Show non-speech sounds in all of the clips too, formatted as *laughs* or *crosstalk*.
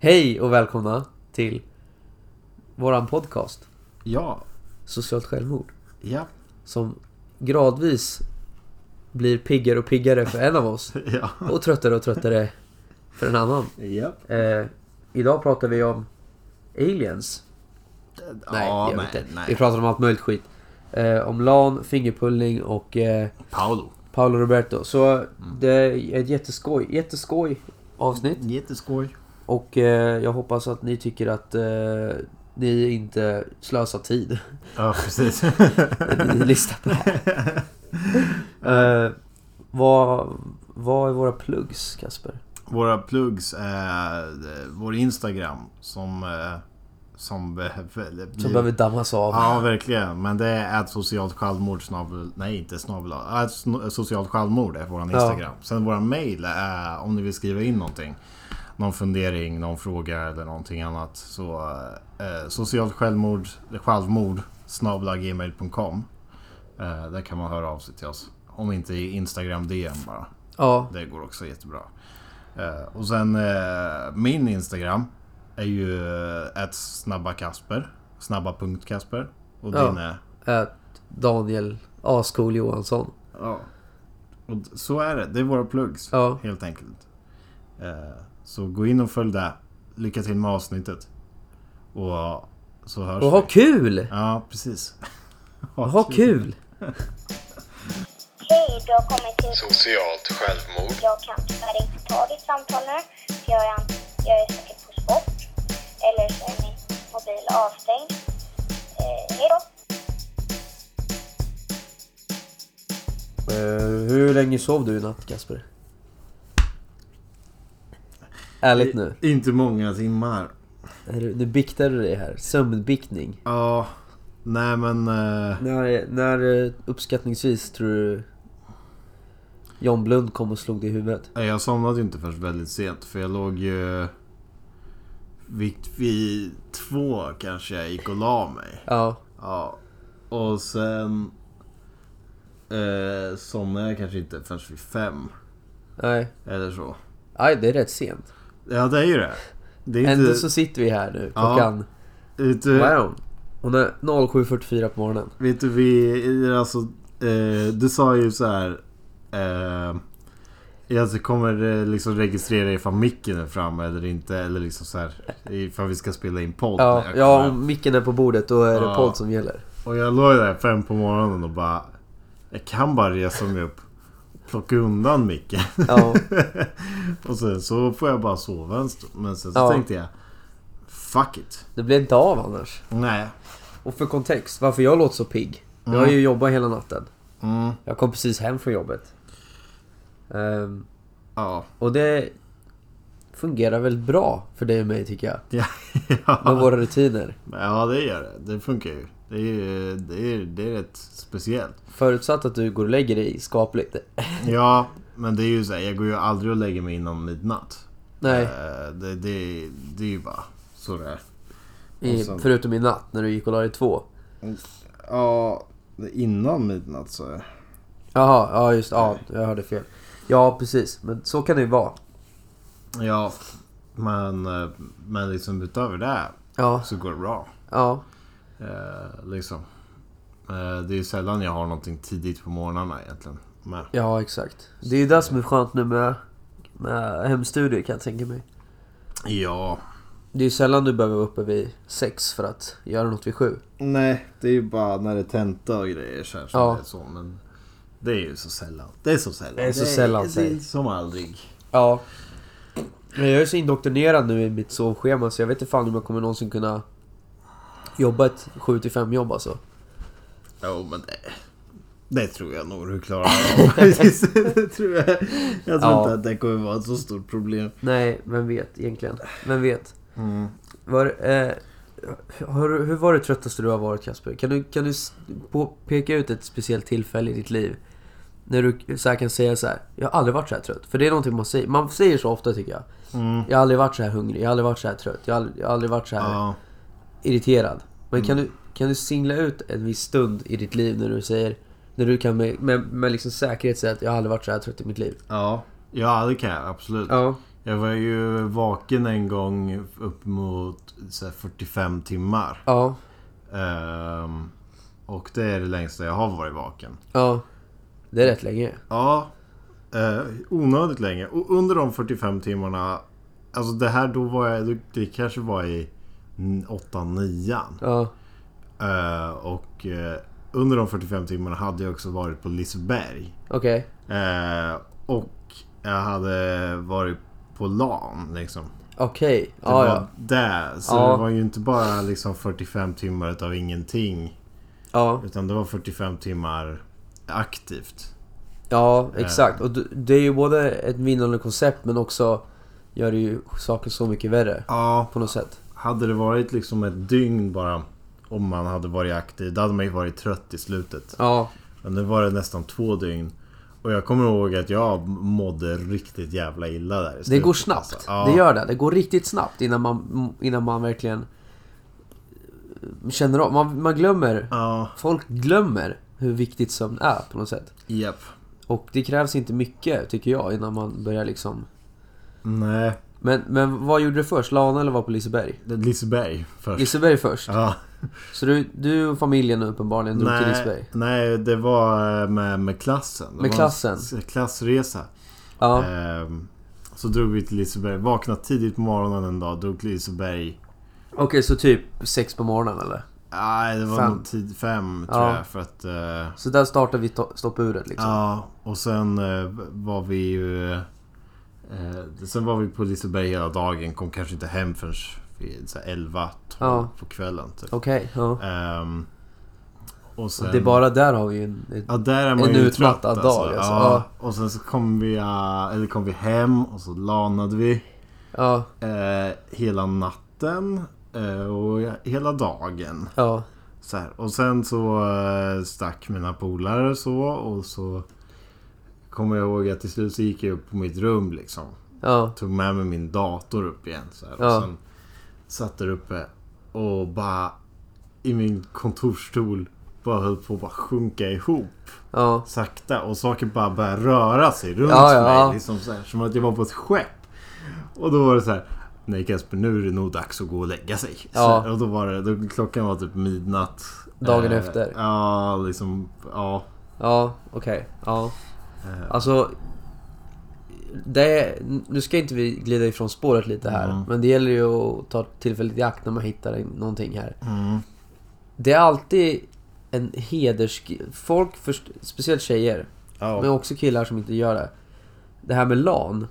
Hej och välkomna till våran podcast Ja, Socialt självmord. ja, Som gradvis blir piggare och piggare för en av oss. ja. Och tröttare och tröttare för en annan. Ja, Eh, idag pratar vi om aliens. Nej, det gör vi inte. Vi nej. pratar om allt möjligt skit. Eh, om LAN, fingerpullning och eh, Paolo. Paolo Roberto. Så det är ett jätteskoj, jätteskoj avsnitt. Jätteskoj. Och eh, jag hoppas att ni tycker att eh, ni inte slösar tid. Ja, precis. *laughs* när ni lyssnar på det här. *laughs* Eh, vad, vad är våra plugs, Kasper? Våra plugs är eh, vår Instagram som... eh, Som eh, behöver... Som behöver dammas av. Mm. Ja, verkligen. Men det är ett socialt självmord snabel... Nej, inte snabel... Ett sno- socialt självmord är våran Ja. Instagram. Sen våran mail är om ni vill skriva in någonting. Någon fundering, någon fråga eller någonting annat. Så eh, socialt självmord, självmord snabla gmail.com. Eh, där kan man höra av sig till oss. Om inte i Instagram DM bara. Ja, Det går också jättebra. Eh, och sen eh, min Instagram är ju ett snabba Kasper. Snabba.Kasper. Och Ja. din är... att eh, Daniel Askol Johansson. Ja. Och d- så är det. Det är våra plugs. Ja. Helt enkelt. Eh, så gå in och följ det. Lycka till med avsnittet. Och så hörs Och ha vi. kul! Ja, precis. Och ha kul! Hej, du har kommit till... Socialt självmord. Jag kan tyvärr inte ta ditt samtal nu, för jag är, an- jag är säkert på sport. Eller så är min mobil avstängd. Eh, hej då! Eh, hur länge sov du i natt, Kasper? Ärligt nu. Inte många timmar. Är du- Nu biktar du dig här. Sömnbiktning. Ja. Nej men... eh, När, när eh, uppskattningsvis tror du John Blund kom och slog dig i huvudet? Nej, Jag somnade ju inte först väldigt sent för jag låg ju vid, vid två kanske jag gick och la mig. Ja. Ja. Och sen eh, somnade jag kanske inte förrän vid fem Nej. eller så. Aj, det är rätt sent. Ja det är ju det. Det är Ändå inte... så sitter vi här nu. Ja. Klockan... Vet Vad är du, hon? Hon är 07.44 på morgonen. vet du vi... Alltså, eh, du sa ju så här... Eh, jag kommer eh, liksom registrera ifall micken är framme eller inte. Eller liksom så här ifall vi ska spela in podd. Ja, när jag kommer ja hem. om micken är på bordet då är det Ja. podd som *laughs* gäller. Och jag låg där fem på morgonen och bara... Jag kan bara resa mig upp. Plocka undan micken. *laughs* Ja. och sen så får jag bara sova en stund. Men sen så Ja. tänkte jag... Fuck it. Det blir inte av annars. Nej. Och för kontext, varför jag låter så pigg. Jag har ju jobbat hela natten. Mm. Jag kom precis hem från jobbet. Ehm, Ja. *laughs* och det fungerar väldigt bra för dig och mig tycker jag. Ja. Med ja. våra rutiner. ja, det gör det. Det funkar ju. Det är, ju- det är, det är rätt speciellt. Förutsatt att du går och lägger dig *laughs* skapligt. Ja, men det är ju så här. Jag går ju aldrig och lägger mig innan midnatt. Nej, Eh, Det, det, det är ju bara så det är. i, och sen- förutom i natt när du gick och la dig två. Ja, innan midnatt så är det. Jaha, ja just ja, jag hörde fel. Ja, precis. Men så kan det ju vara. Ja, men, eh, men liksom utöver det Ja, så går det bra. ja. Eh, liksom. Eh, det är ju sällan jag har någonting tidigt på morgnarna egentligen. Men, Ja, exakt. Det är ju det som är skönt nu med, med hemstudier kan jag tänka mig. ja. Det är ju sällan du behöver vara uppe vid sex för att göra något vid sju. Nej, det är ju bara när det är tenta och grejer så här som Ja. det är så. Men det är ju så sällan. Det är så sällan. Det är så sällan, Det är säg. som aldrig. Ja. Men jag är så indoktrinerad nu i mitt sovschema så jag vet inte fan om jag kommer någonsin kunna jobba ett 7-5 jobb alltså. Jo, men det... Det tror jag nog du *laughs* klarar av. *laughs* det tror jag. Jag tror Ja. inte att det kommer vara ett så stort problem. Nej, vem vet egentligen? Vem vet? Var, eh, har, du- hur var det tröttaste du har varit Kasper? Kan du, kan du s- på, peka ut ett speciellt tillfälle i ditt liv? När du så här kan säga så här. jag har aldrig varit så här trött. För det är någonting man säger, man säger så ofta tycker jag. Jag har aldrig varit så här hungrig, jag har aldrig varit så här trött, jag har aldrig, jag har aldrig varit så här Ja. Mm. irriterad. Men kan, du, kan du singla ut en viss stund i ditt liv när du säger, när du kan med, med, med liksom säkerhet säga att jag har aldrig varit så här trött i mitt liv? Ja, ja det kan jag absolut. Ja. Jag var ju vaken en gång upp mot så här, 45 timmar. Ja, Ehm, och det är det längsta jag har varit vaken. ja. Det är rätt länge. Ja, eh, onödigt länge. Och under de 45 timmarna, alltså det här då var jag, det kanske var i 8-9. Ja, Eh, och eh, under de 45 timmarna hade jag också varit på Liseberg. okej. Eh, och jag hade varit på LAN liksom. Okej, Det ja, var ja. där. Så Ja. det var ju inte bara liksom 45 timmar utav ingenting. Ja, Utan det var 45 timmar aktivt. ja Eh. exakt. Och du- det är ju både ett vinnande koncept men också gör det ju saker så mycket värre. Ja, På något sätt. hade det varit liksom ett dygn bara om man hade varit aktiv, då hade man ju varit trött i slutet. Ja, Men nu var det nästan två dygn. Och jag kommer ihåg att jag mådde riktigt jävla illa där i det slutet, går snabbt. alltså. Ja. Det gör det. Det går riktigt snabbt innan man, innan man verkligen eh, känner av. Man, man glömmer. Ja, Folk glömmer hur viktigt sömn är på något sätt. japp. Och det krävs inte mycket tycker jag innan man börjar liksom... Nej, Men, men vad gjorde du först? Lana eller var på Liseberg? det är Liseberg först. Liseberg först. ja. Så du, du och familjen uppenbarligen drog till Liseberg? nej, nej, det var eh, med, med klassen. Det Med var klassen? En s- eh, klassresa. Ja. Ehm, så drog vi till Liseberg. Vaknade tidigt på morgonen en dag, drog till Liseberg. Okej, så typ sex på morgonen eller? Nej, det var Fem. nog tid fem tror Ja. jag. För att... eh, Så där startar vi to- stoppuret liksom? Ja, och sen eh, var vi ju... Eh, sen var vi på Liseberg hela dagen. Kom kanske inte hem förrän vid så här 11, 12 Ja. på kvällen. Typ. Okej, ja. Ehm, och sen, Det är bara där har vi ju en... en- Ja, där är man en ju utmattad trött, alltså. dag, alltså. Ja, och sen så kom vi, eh, eller kom vi hem och så lanade vi Ja, eh, hela natten eh, och hela dagen. ja. Så här. Och sen så eh, stack mina polare så och så kommer jag ihåg att till slut så gick jag upp på mitt rum liksom. Ja, Tog med mig min dator upp igen. Så här. Ja. Och sen satt där uppe och bara i min kontorsstol bara höll på att bara sjunka ihop ja. sakta och saker bara började röra sig runt Ja, ja. mig. Liksom så här, som att jag var på ett skepp. Och då var det så här. Nej Kasper, nu är det nog dags att gå och lägga sig. Så Ja. här, och då var det, då, klockan var typ midnatt. Eh, Dagen efter. Ja, liksom. Ja. Ja, okej. Ja. Eh, Alltså... Det är, nu ska inte vi glida ifrån spåret lite här. Mm. Men det gäller ju att ta tillfället i akt när man hittar en- någonting här. mm, Det är alltid en heders... Folk, först, speciellt tjejer, men ja. också killar som inte gör det. Det här med LAN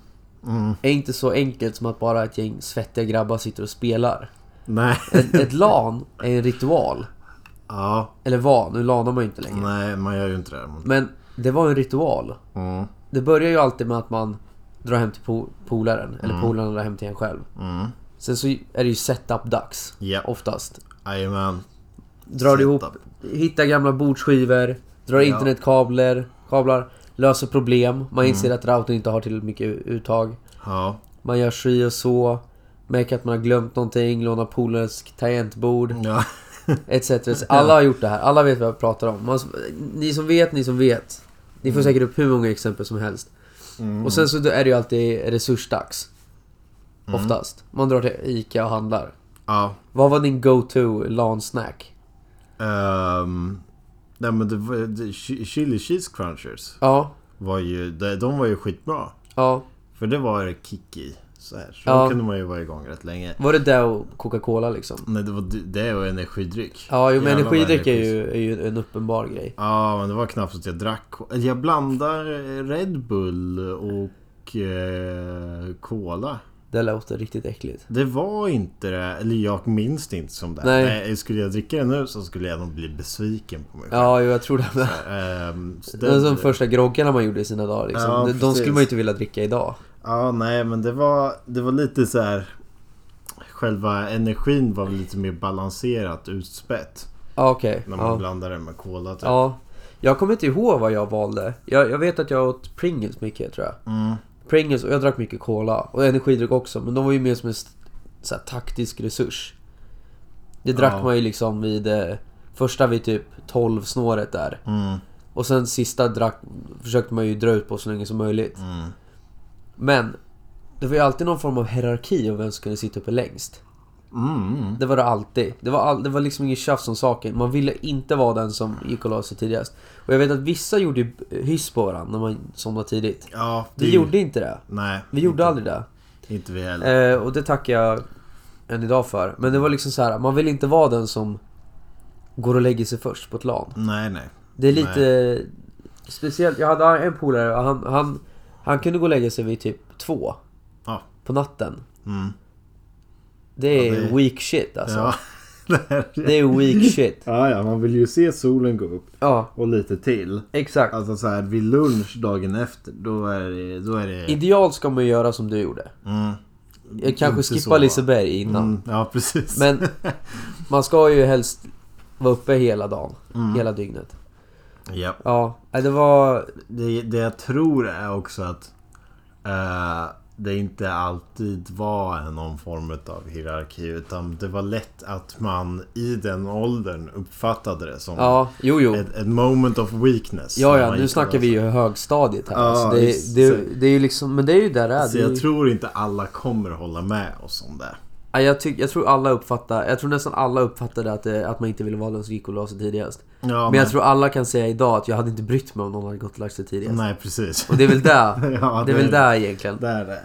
Mm, är inte så enkelt som att bara ett gäng svettiga grabbar sitter och spelar. nej. *laughs* Ett, ett LAN är en ritual. ja. Eller var, nu lanar man ju inte längre. Nej, man gör ju inte det. Men, Men det var en ritual. mm, Det börjar ju alltid med att man drar hem till po- polaren, eller polaren drar hem till en själv. mm. Sen så är det ju setup-dags, Ja. oftast. Jajamän. Drar du ihop, Setup. hittar gamla bordsskivor, drar Ja. internetkablar, kablar, löser problem. Man inser Mm. att routern inte har tillräckligt mycket uttag. Ja. Man gör si och så. Märker att man har glömt någonting, lånar polarens tangentbord. Ja. *laughs* Etc. etc. Alla har gjort det här. Alla vet vad jag pratar om. Man, ni som vet, ni som vet. Ni Mm. får säkert upp hur många exempel som helst. Och sen så är det ju alltid resursdags. Mm. Oftast. Man drar till ICA och handlar. ja. Vad var din go-to LAN-snack? Ehm, nej men det var, det, chi- Chili Cheese Crunchers Ja, var ju, de, de var ju skitbra. ja. För det var det kick i. Så, här. så Ja. då kunde man ju vara igång rätt länge. Var det det och Coca-Cola liksom? Nej, det var d- det och energidryck. Ja, jo, men Jävlar vad energidryck är energisk. ju, är ju en uppenbar grej. Ja, men det var knappt så att jag drack. ko- Eller Jag blandar eh, Red Bull och eh, Cola. Det låter riktigt äckligt. Det var inte det. Eller jag minns det inte som det. Eh, Nej. skulle jag dricka det nu så skulle jag nog bli besviken på mig själv. Ja, jo, jag tror det. Med. Ehm, *laughs* så Det är som första groggarna man gjorde i sina dagar liksom. Ja, De- De precis. skulle man ju inte vilja dricka idag. Ja, nej, men det var, det var lite så här... Själva energin var väl lite mer balanserat utspätt. Ja, okej. När man Ja. blandade det med cola typ. ja. Jag kommer inte ihåg vad jag valde. Jag, jag vet att jag åt Pringles mycket tror jag. Mm. Pringles och jag drack mycket cola. Och energidryck också. Men de var ju mer som en st- så här, taktisk resurs. Det drack Ja. man ju liksom vid eh, första vid typ 12 snåret där. Mm. Och sen sista drack, försökte man ju dra ut på så länge som möjligt. Mm. Men Det var ju alltid någon form av hierarki om vem som kunde sitta uppe längst. Mm. Det var det alltid. Det var, all, det var liksom inget tjafs om saken. Man ville inte vara den som gick och la sig tidigast. Och jag vet att vissa gjorde ju hyss på varandra när man somnade tidigt. Ja, Vi gjorde inte det. Nej, Vi gjorde Mm. inte, aldrig det. inte vi heller. Eh, och det tackar jag än idag för. Men det var liksom så här, man vill inte vara den som går och lägger sig först på ett LAN. Nej, nej. Det är lite speciellt. Jag hade en polare, och han, han, han kunde gå och lägga sig vid typ två Ja. på natten. Mm. Det är Ja, det- weak shit alltså. Ja. *laughs* Det är weak shit. ja, ja, man vill ju se solen gå upp Ja, och lite till. exakt. Alltså så här vid lunch dagen efter, då är det... Då är det Idealt ska man ju göra som du gjorde. mm, Jag kanske Inte skippa så. Liseberg innan. mm, ja, precis. *laughs* Men man ska ju helst vara uppe hela dagen. Mm. Hela dygnet. ja. Ja, nej, det var... det, det jag tror är också att eh, det inte alltid var en någon form av hierarki utan det var lätt att man i den åldern uppfattade det som Ja, jo jo. ett, ett moment of weakness. Ja, när ja, man nu gick snackar och- vi ju högstadiet här. Ja, alltså, det, visst. det, det är ju liksom, men det är ju där det är. Så Det är jag ju- tror inte alla kommer hålla med oss om det. Ja, jag, tyck, jag tror alla uppfattar, jag tror nästan alla uppfattade att, det, att man inte ville vara den som gick och la sig tidigast. Ja, men, jag tror alla kan säga idag att jag hade inte brytt mig om någon hade gått och lagt sig tidigast. Nej, precis. Och det är väl där, *laughs* Ja, det är väl där egentligen. Där är det.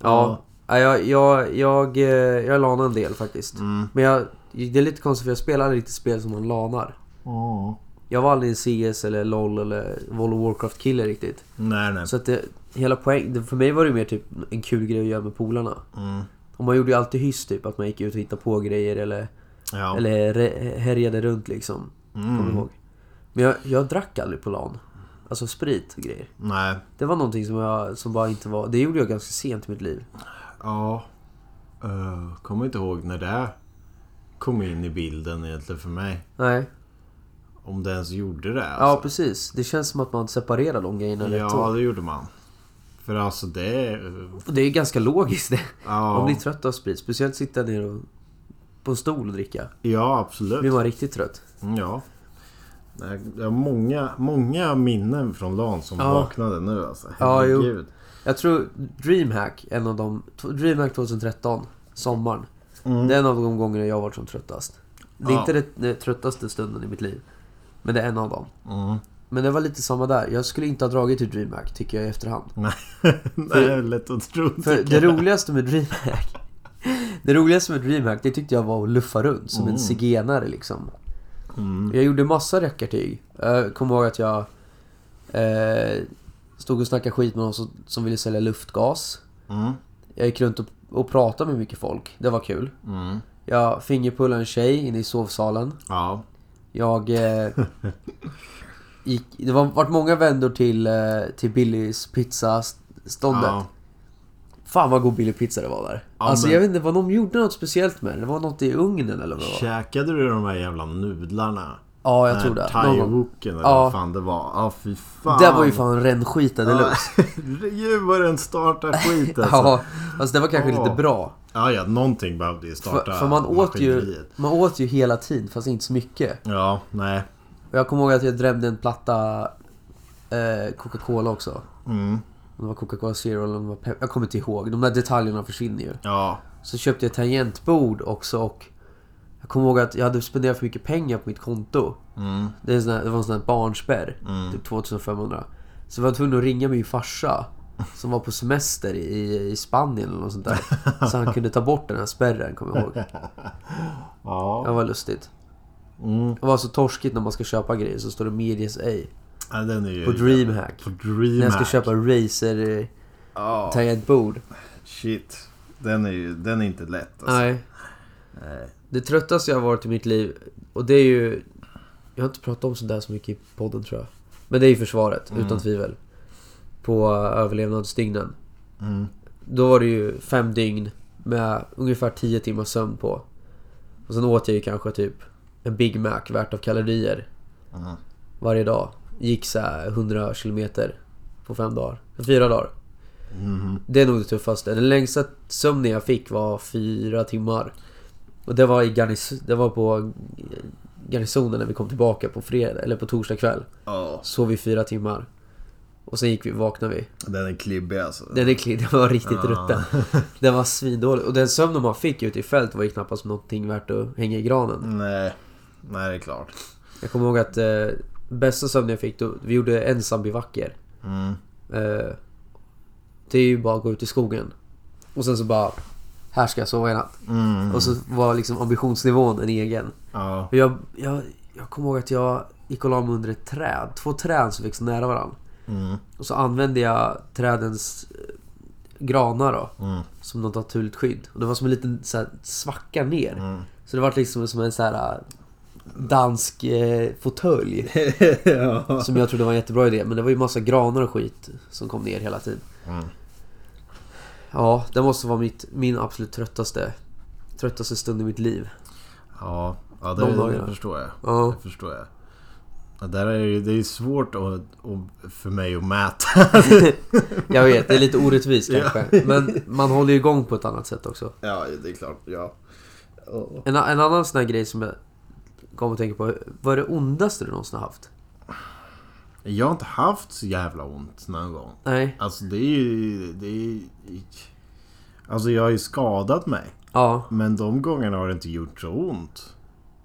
Ja, ja Mm. jag, jag, jag, eh, jag lanar en del faktiskt. Mm. Men jag, det är lite konstigt för jag spelar aldrig riktigt spel som man lanar. Ja. Jag var aldrig en CS eller LOL eller World of Warcraft-kille riktigt. Nej, nej. Så att det, hela poäng, det- för mig var det mer typ en kul grej att göra med polarna. Mm. Och man gjorde ju alltid hyss typ, att man gick ut och hittade på grejer eller, Ja. eller re- härjade runt liksom. Kommer ihåg. Men jag, jag drack aldrig på LAN. Alltså sprit och grejer. Nej. Det var någonting som, jag, som bara inte var... Det gjorde jag ganska sent i mitt liv. Ja. Eh, kommer inte ihåg när det kom in i bilden egentligen för mig. Nej. Om det ens gjorde det. Ja, Alltså. precis. Det känns som att man separerar de grejerna rätt ja åt. det gjorde man. För alltså det... Och Det är ju ganska logiskt *laughs* det. Man Ja, blir trött av sprit. Speciellt sitta ner och, på en stol och dricka. ja Blir absolut. man riktigt trött. Mm, Ja. Nej, Jag har många, många minnen från LAN som Ja. vaknade nu alltså. Ja, jo. Herregud. Jag tror DreamHack, en av de... DreamHack 2013, sommaren. Det är en av de gångerna jag har varit som tröttast. Det är Mm. Ja. inte den tröttaste stunden i mitt liv. Men det är en av dem. Mm. *laughs* Men det var lite samma där. Jag skulle inte ha dragit till DreamHack, tycker jag i efterhand. Nej, det är lätt att tro. För tycker det jag. roligaste med *laughs* DreamHack Det roligaste med DreamHack det tyckte jag var att luffa runt som en Mm. zigenare liksom Jag gjorde massa rackartyg Jag kommer ihåg att jag eh, Stod och snackade skit med någon som, som ville sälja luftgas Mm. Jag gick runt och, och pratade med mycket folk, det var kul Mm. Jag fingerpullade en tjej inne i sovsalen Ja. Jag *laughs* eh, gick, Det var vart många vändor till, eh, till Billys pizza ståndet ja. Fan vad god billig pizza det var där. Ja, alltså men- jag vet inte vad de gjorde något speciellt med den. Det var något i ugnen eller vad det var. Käkade du de här jävla nudlarna? Ja, jag tror det. Någon gång. Thai-wooken eller Ja. vad fan det var. Ja, fy fan. Det var ju fan rännskita Ja, *laughs* deluxe. Herregud vad den startar skit alltså. *laughs* ja. Ja, alltså det var kanske Ja. lite bra. ja, någonting behövde ju För, starta för man, åt ju, maskineriet. man åt ju hela tiden fast inte så mycket. Ja, nej. Och jag kommer ihåg att jag drömde en platta eh, Coca-Cola också. Mm. Om det var Coca-Cola Zero eller om det var Pep- Jag kommer inte ihåg. De där detaljerna försvinner ju. Ja. Så köpte jag ett tangentbord också och jag kommer ihåg att jag hade spenderat för mycket pengar på mitt konto. Det, är en sån här, det var en sån här barnspärr, typ 2500. Så jag var tvungen att ringa min farsa som var på semester i, i Spanien eller något sånt där. Så han kunde ta bort den här spärren, kommer jag ihåg. Ja. Det var lustigt. Mm. Det var så torskigt när man ska köpa grejer så står det medias A ja den är ju... på DreamHack. På När jag Dreamhack. ska köpa razer eh, Ja, tangentbord. shit. Den är ju... Den är inte lätt alltså. Nej. Eh, Det tröttaste jag har varit i mitt liv, och det är ju... Jag har inte pratat om sånt där så mycket i podden tror jag. Men det är ju försvaret, utan tvivel. På eh, överlevnadsdygnen. Mm. Då var det ju fem dygn med ungefär 10 timmars sömn på. Och sen åt jag ju kanske typ en Big Mac värt av kalorier. Mm. Varje dag. Gick så här 100 kilometer på fem dagar. Fyra dagar. Mhm. Det är nog det tuffaste. Den längsta sömnen jag fick var fyra timmar. Och det var, i garnis- det var på garnisonen när vi kom tillbaka på fredag, eller på torsdag kväll. Ja. Sov vi fyra timmar. Och sen gick vi, vaknade vi. Den är klibbig alltså. Den, är klick, den var riktigt Ja. rutten. Den var svindålig. Och den sömnen man fick ute i fält var ju knappast någonting värt att hänga i granen. Nej. Nej, det är klart. Jag kommer ihåg att eh, bästa sömnen jag fick, då, vi gjorde ensambivacker. Mm. Eh, det är ju bara att gå ut i skogen. Och sen så bara, här ska jag sova i natt. Mm. Och så var liksom ambitionsnivån en egen. Ja. Och jag, jag, jag kommer ihåg att jag gick och la mig under ett träd. Två träd som växte nära varandra. Mm. Och så använde jag trädens eh, granar då. Mm. Som något naturligt skydd. Och det var som en liten så här, svacka ner. Mm. *laughs* Så det var liksom som en så här eh, dansk eh, *laughs* fåtölj. ja. Som jag trodde var en jättebra idé. Men det var ju massa granar och skit som kom ner hela tiden. Mm. Ja, det måste vara mitt, min absolut tröttaste, tröttaste stund i mitt liv. Ja, ja De det, dagarna. det förstår jag. Ja. Det förstår jag. Ja, där är det, ju- det är ju svårt att, att, för mig att mäta. *laughs* *laughs* Jag vet, det är lite orättvist Ja. kanske. Men man håller ju igång på ett annat sätt också. ja, det är klart. Ja. Ja. En, en annan sån här grej som jag kom att tänka på. Vad är det ondaste du någonsin har haft? Jag har inte haft så jävla ont någon gång. Nej. Alltså det är ju... Det är, alltså jag har ju skadat mig. Ja. Men de gångerna har det inte gjort så ont.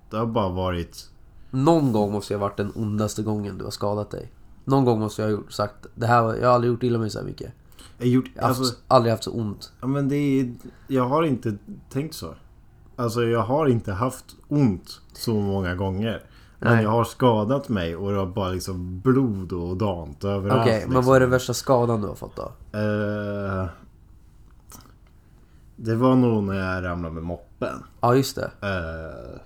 Det har bara varit... Någon gång måste jag ha varit den ondaste gången du har skadat dig. Någon gång måste jag ha gjort- sagt det här, var- jag har aldrig gjort illa mig så här mycket. Jag har gjort, Jag har haft, alltså, aldrig haft så ont. ja, men det är, jag har inte tänkt så. Alltså jag har inte haft ont så många gånger. Men Nej. jag har skadat mig och det har bara liksom blod och dant överallt. Okej, men liksom. vad är den värsta skadan du har fått då? Eh, det var nog när jag ramlade med moppen. Ja, just det. Eh,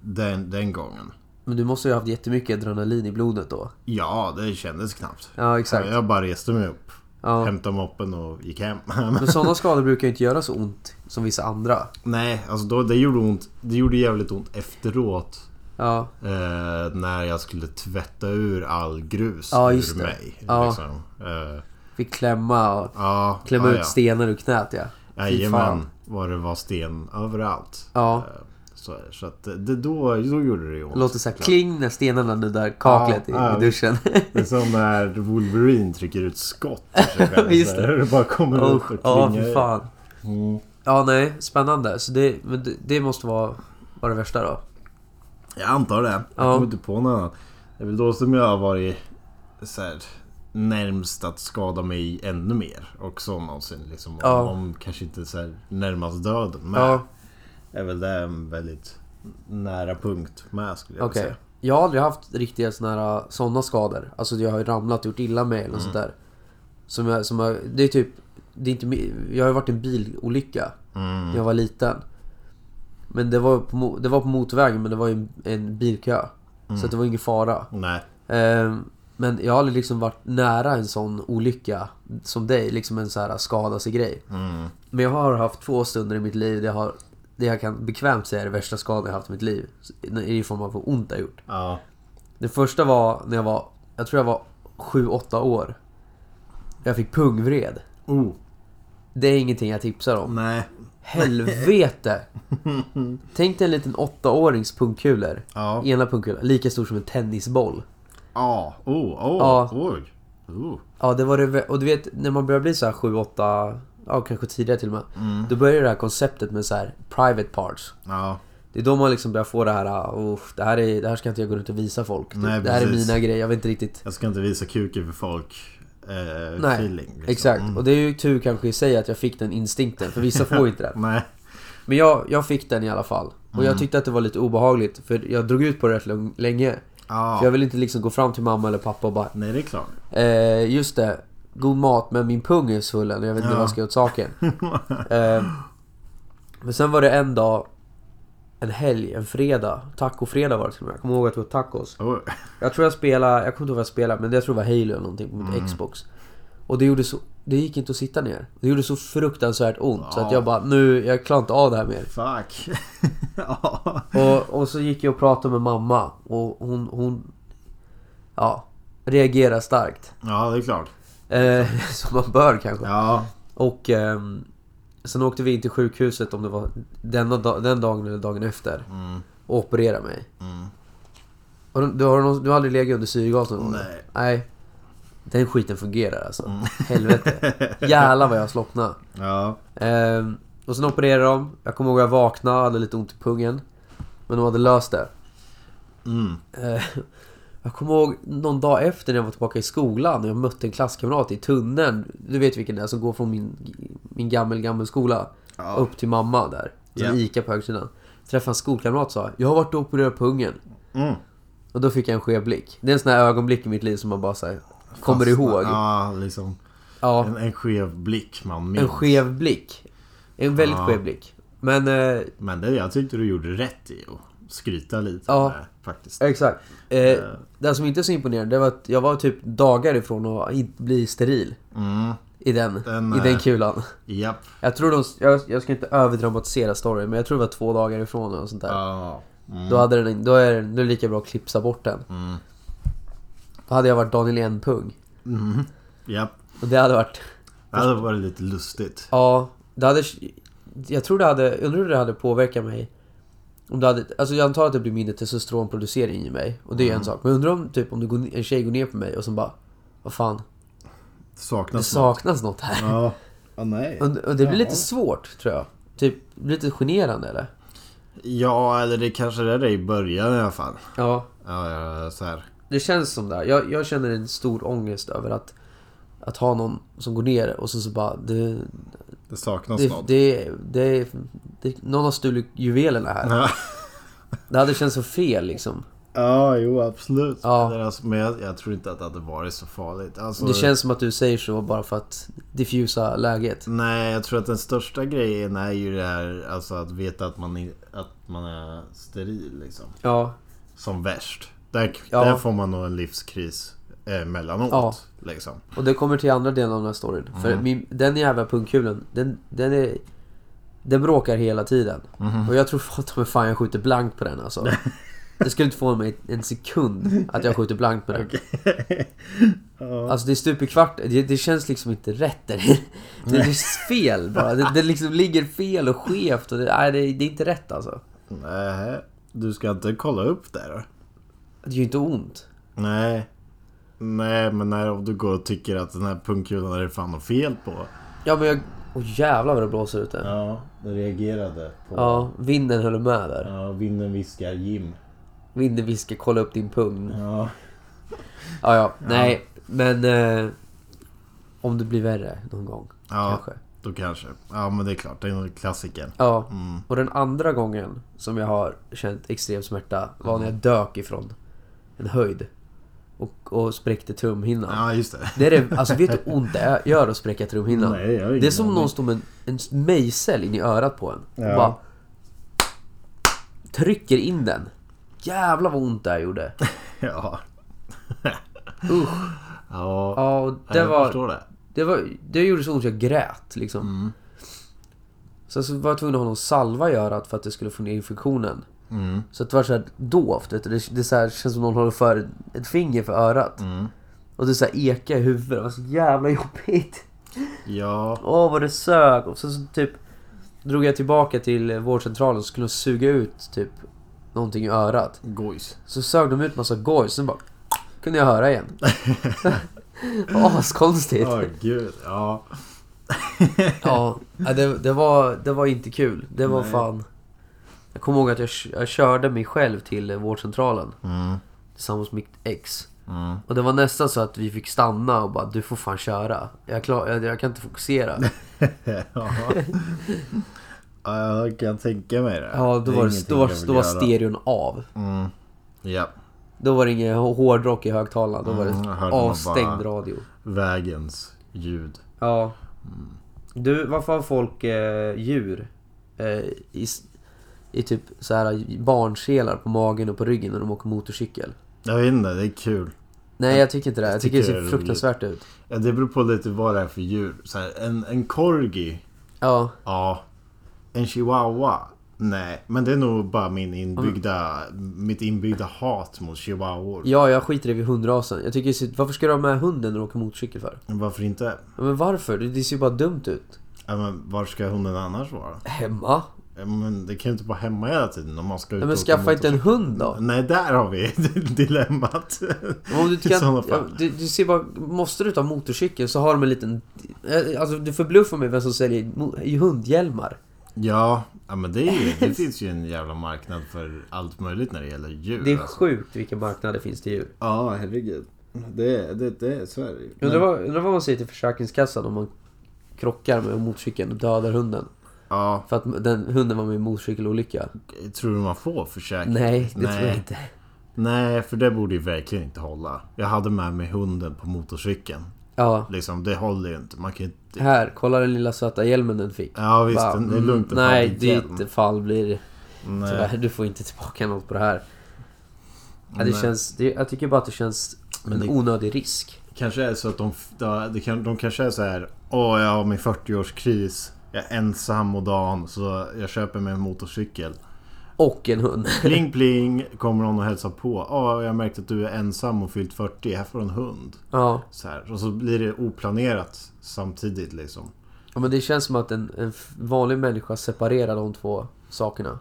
den, den gången. Men du måste ju ha haft jättemycket adrenalin i blodet då. Ja, det kändes knappt. Ja, exakt. Jag bara reste mig upp, Ja. hämtade moppen och gick hem. *laughs* Men sådana skador brukar ju inte göra så ont som vissa andra. Nej, alltså då, det gjorde ont. Det gjorde jävligt ont efteråt. Ja, Eh, när jag skulle tvätta ur all grus Ja, ur just det. mig. Ja. Liksom. Eh, fick klämma och ja, klämma Ah, ja, ut ja. stenar ur knät ja. Fy Jajamän, fan. vad det var sten överallt. Ja. Eh, Så, så att det, då, då gjorde det ju ont. Det låter såhär kling när stenarna nuddar kaklet Ja, ja, i, i *laughs* duschen. Det är som när Wolverine trycker ut skott *laughs* ur sig själv. Just Så här, det bara kommer ut och Usch, Ja, Mm, klingar. fy i. fan. Mm. Ja, nej, spännande. Så det, men det, det måste vara, vara det värsta då. Jag antar det. Jag Ja. kommer inte på något annat. Det är väl då som jag har varit så här, närmst att skada mig ännu mer. Också någonsin. Liksom, Ja. om, om kanske inte så här, närmast döden. Men Ja, är väl det en väldigt nära punkt med skulle jag okej. vilja säga. Jag har aldrig haft riktiga såna, här, äh, såna skador. Alltså jag har ju ramlat, gjort illa mig eller Mm. sånt där. Som jag, som jag, det är typ, det är inte, mi- jag har ju varit i en bilolycka när Mm. jag var liten. Men det var på, mo- det var på motorvägen men det var ju en, en bilkö. Mm. Så att det var ingen fara. Nej. Ehm, Men jag har aldrig liksom varit nära en sån olycka som dig, liksom en så här skada sig grej. Mm. Men jag har haft två stunder i mitt liv där jag har, det jag kan bekvämt säga är det värsta skadan jag haft i mitt liv. I form av hur ont det har gjort. Ja. Det första var när jag var, jag tror jag var 7-8 år. Jag fick pungvred. Oh. Det är ingenting jag tipsar om. Nej. *laughs* Helvete! Tänk dig en liten 8-årings pungkulor. Ja. Ena pungkulan, lika stor som en tennisboll. Ja. Oh. Oh. Ja. Oj. Oh. Ja, det var det. vä- Och du vet, när man börjar bli så här 7, 8, ja kanske tidigare till och med. Mm. Då börjar det här konceptet med så här private parts. Ja. Det är då man liksom börjar få det här, ah, uff, det här, är, det här ska inte jag gå runt och visa folk. Nej, det här är precis. mina grejer, jag vet inte riktigt. Jag ska inte visa kuken för folk. Eh, Nej, feeling. liksom. Exakt, Mm. och det är ju tur kanske i sig att jag fick den instinkten, för vissa får ju inte *laughs* den. Nej. Men jag, jag fick den i alla fall. Och Mm. jag tyckte att det var lite obehagligt, för jag drog ut på det rätt lång- länge. För jag Ja. ville inte liksom gå fram till mamma eller pappa och bara Nej, det är klart. *laughs* Eh, just det. God mat men min pung är svullen och jag vet inte Ja. vad jag ska göra åt saken. eh, men sen var det en dag, en helg, en fredag. Tacofredag var det till och med. Jag kommer ihåg att vi åt tacos. Oj. Jag tror jag spelade, jag kommer inte ihåg vad jag spelade men jag tror det var Halo eller någonting på Mm. mitt Xbox. Och det gjorde så, det gick inte att sitta ner. Det gjorde så fruktansvärt ont så att Ja. jag bara nu, jag klarar inte av det här mer. Fuck. *laughs* ja. Och, och så gick jag och pratade med mamma och hon, hon, ja, reagerade starkt. ja, det är klart. Eh, *laughs* som man bör kanske. Ja. Och ehm, sen åkte vi in till sjukhuset om det var denna da- den dagen eller dagen efter. Och opererade mig. Mm. Och du, du, har, någon- du har aldrig legat under syrgas någon gång? Nej. Mm. Nej. Den skiten fungerar alltså. Helvete. *laughs* Jävlar vad jag slocknade. Ja. Ehm, och sen opererade de. Jag kommer ihåg att jag vaknade och hade lite ont i pungen. Men de hade löst det. Mm. Eh, Jag kommer ihåg någon dag efter när jag var tillbaka i skolan och jag mötte en klasskamrat i tunneln. Du vet vilken det är som går från min, min gammel, gammel skola Ja. upp till mamma där. Som Ja. Ica på högsidan. Träffade en skolkamrat och sa jag har varit och opererat pungen. Mm. Och då fick jag en skev blick. Det är en sån här ögonblick i mitt liv som man bara säger kommer Fastna- ihåg. Ja, Ja, liksom. En, en skev blick man minns. en skev blick. En väldigt Ja. skev blick. Men eh, Men det, jag tyckte du gjorde rätt i att skryta lite. Ja. Där, faktiskt. exakt. Eh, det som inte är så imponerande det var att jag var typ dagar ifrån att inte bli steril. Mm. I den, Den, i den eh, kulan. Japp. Jag tror de, jag, jag ska inte överdramatisera storyn men jag tror det var två dagar ifrån eller något sånt där. Ja. Mm. Då, hade den, då är den, då är det lika bra att klipsa bort den. Då hade jag varit Daniel Enpung. Japp. Och det hade varit, Det hade varit lite lustigt. ja, det hade, jag tror det hade, jag undrar hur det hade påverkat mig. Om det hade, alltså jag antar att det blir mindre testosteronproducering i mig. Och det är en sak. Men undrar om typ om det går, ne- en tjej går ner på mig och sen bara, vad fan, det Saknas saknas något här. Ja. Ja, nej. Och, och det blir lite svårt tror jag. Typ, det blir lite generande eller? Ja, eller det kanske är det i början i alla fall. Ja. Ja, ja, så här. Det känns som det. Jag, jag känner en stor ångest över att, att ha någon som går ner och så, så bara... Det, Det saknas det, något. det, det, det, någon har stulit juvelerna här. Ja. Det hade känts så fel liksom. Ja, jo absolut. Ja. Men, alltså, men jag, jag tror inte att det hade varit så farligt. Alltså, Det känns som att du säger så bara för att diffusa läget. Nej, jag tror att den största grejen är ju det här alltså, att veta att man, är- att man är steril. Liksom. Ja, Som värst. Där, Ja. där får man nog en livskris eh, mellanåt. Ja. Liksom. och det kommer till andra delen av den här storyn. För min, den jävla pungkulan, den, den är... Den bråkar hela tiden. Och jag tror fan ta mig fan jag skjuter blankt på den alltså. Det skulle inte få mig en sekund att jag skjuter blankt på den. Alltså det är stup i kvart, det, det känns liksom inte rätt. *laughs* Det, det, det är fel bara. Det, det liksom ligger fel och skevt. Och det, nej, det, det är inte rätt alltså. Nej, du ska inte kolla upp det då? Det gör ju inte ont. Nej. Nej, men när om du går och tycker att den här pungkulan är det fan något fel på. Ja men jag... Åh jävlar vad det blåser ute. Ja, Ja, det reagerade på. vinden höll med där. Ja, vinden viskar Jim. Vinden viskar kolla upp din pung. Ja. Ja, ja. Nej, men... Eh, om det blir värre någon gång. Ja, Kanske. då kanske. Ja, men det är klart. Det är klassiken. Ja. Mm. Och den andra gången som jag har känt extrem smärta var när jag dök ifrån en höjd. Och, och spräckte trumhinnan. Ja, just det. Det är det, alltså vet du hur ont det är- gör att spräcka trumhinnan? Nej, jag har det är ingen som om aning. någon står med en, en mejsel in i örat på en. Och Ja. bara trycker in den. Jävlar vad ont det här gjorde. *laughs* Ja. Usch. Ja, Ja, och ja, det jag var, förstår Mm. det. det var... Det gjorde så ont så jag grät liksom. Sen så var jag tvungen att ha någon salva i örat för att det skulle få ner infektionen. Mm, Så att det var såhär dovt. vet du. Det, det så här, känns som någon håller för ett finger för örat. mm. Och det så här eka i huvudet. Det var så jävla jobbigt. Ja. Åh vad det sög! Och sen så typ drog jag tillbaka till eh, vårdcentralen och skulle de suga ut typ någonting i örat. Gojs. Så sög de ut massa gojs, sen bara kunde jag höra *laughs* igen. *laughs* Askonstigt! Ja, gud. Ja. Ja, nej, det, det, var, det var inte kul. Det var Nej. fan... Jag kommer ihåg att jag, jag körde mig själv till eh, vårdcentralen. Mm. Tillsammans med mitt ex. Mm. *laughs* Och det var nästan så att vi fick stanna och bara du får fan köra. Jag, klar, jag, jag kan inte fokusera. ja. *laughs* Ja, jag kan tänka mig det. Ja, Det då är var, det, ingenting då, var, jag vill då var göra. stereon av. Mm. Ja. Då var det ingen hår- hårdrock i högtalarna, då var det Mm, jag hörde avstängd bara- radio. Vägens ljud. Ja. Du, varför har folk eh, djur eh, i, s- i typ så här barnselar på magen och på ryggen när de åker motorcykel? Jag vet inte, det är kul. Nej, jag tycker inte det. Jag tycker, tycker det det ser är fruktansvärt ut. Ja, det beror på lite vad det är för djur. Så här, en, en korgi Ja, Ja. En chihuahua? Nej, men det är nog bara min inbyggda, mitt inbyggda hat mot chihuahuor. ja jag skiter i vid hundrasen. Jag tycker det ser, varför ska du ha med hunden när du åker motorcykel för? Men Varför inte? Ja, Men varför? Det, det ser ju bara dumt ut. Ja, men var ska hunden annars vara? Hemma? Ja, Men det kan ju inte vara hemma hela tiden om man ska ut Nej, men och åka skaffa inte en motorcykel. hund *laughs* då. Nej, där har vi dilemmat. Om du, I sådana kan, ja, fall. du, du ser bara, måste du ta motorcykel så har de en liten... eh, Alltså du förbluffar mig vem som säljer mo- i hundhjälmar. Ja, ja men det, är ju, *laughs* det finns ju en jävla marknad för allt möjligt när det gäller djur. Det är alltså. sjukt vilken marknad det finns till djur. Ja, herregud. Det, det, det är Sverige. Jag Undrar vad, undrar vad man säger till Försäkringskassan om man krockar med motorcykeln och dödar hunden. Ja, För att den hunden var med i en motorcykelolycka. tror du man får försäkring? Nej, det tror jag inte. Nej, för det borde ju verkligen inte hålla. Jag hade med mig hunden på motorcykeln. Ja, Liksom, det håller ju inte. Man kan ju inte... typ. här, kolla den lilla söta hjälmen den fick. Ja visst, Bara, den- det är lugnt. den Mm, Nej, hade hjälm. ditt fall blir det. Nej. Tyvärr, du får inte tillbaka något på det här. Ja, det Nej. känns, det, jag tycker bara att det känns Men en det- onödig risk. Kanske är så att de, f- da- det kan, de kanske är så här. Åh, jag har min 40-årskris. Jag är ensam och dan, så jag köper mig en motorcykel. Och en hund. *laughs* Pling pling kommer hon och hälsar på. Åh, jag märkte att du är ensam och fyllt 40. Här får du en hund. Ja, Så här. Och så blir det oplanerat samtidigt liksom. Ja, men det känns som att en, en f- vanlig människa separerar de två sakerna.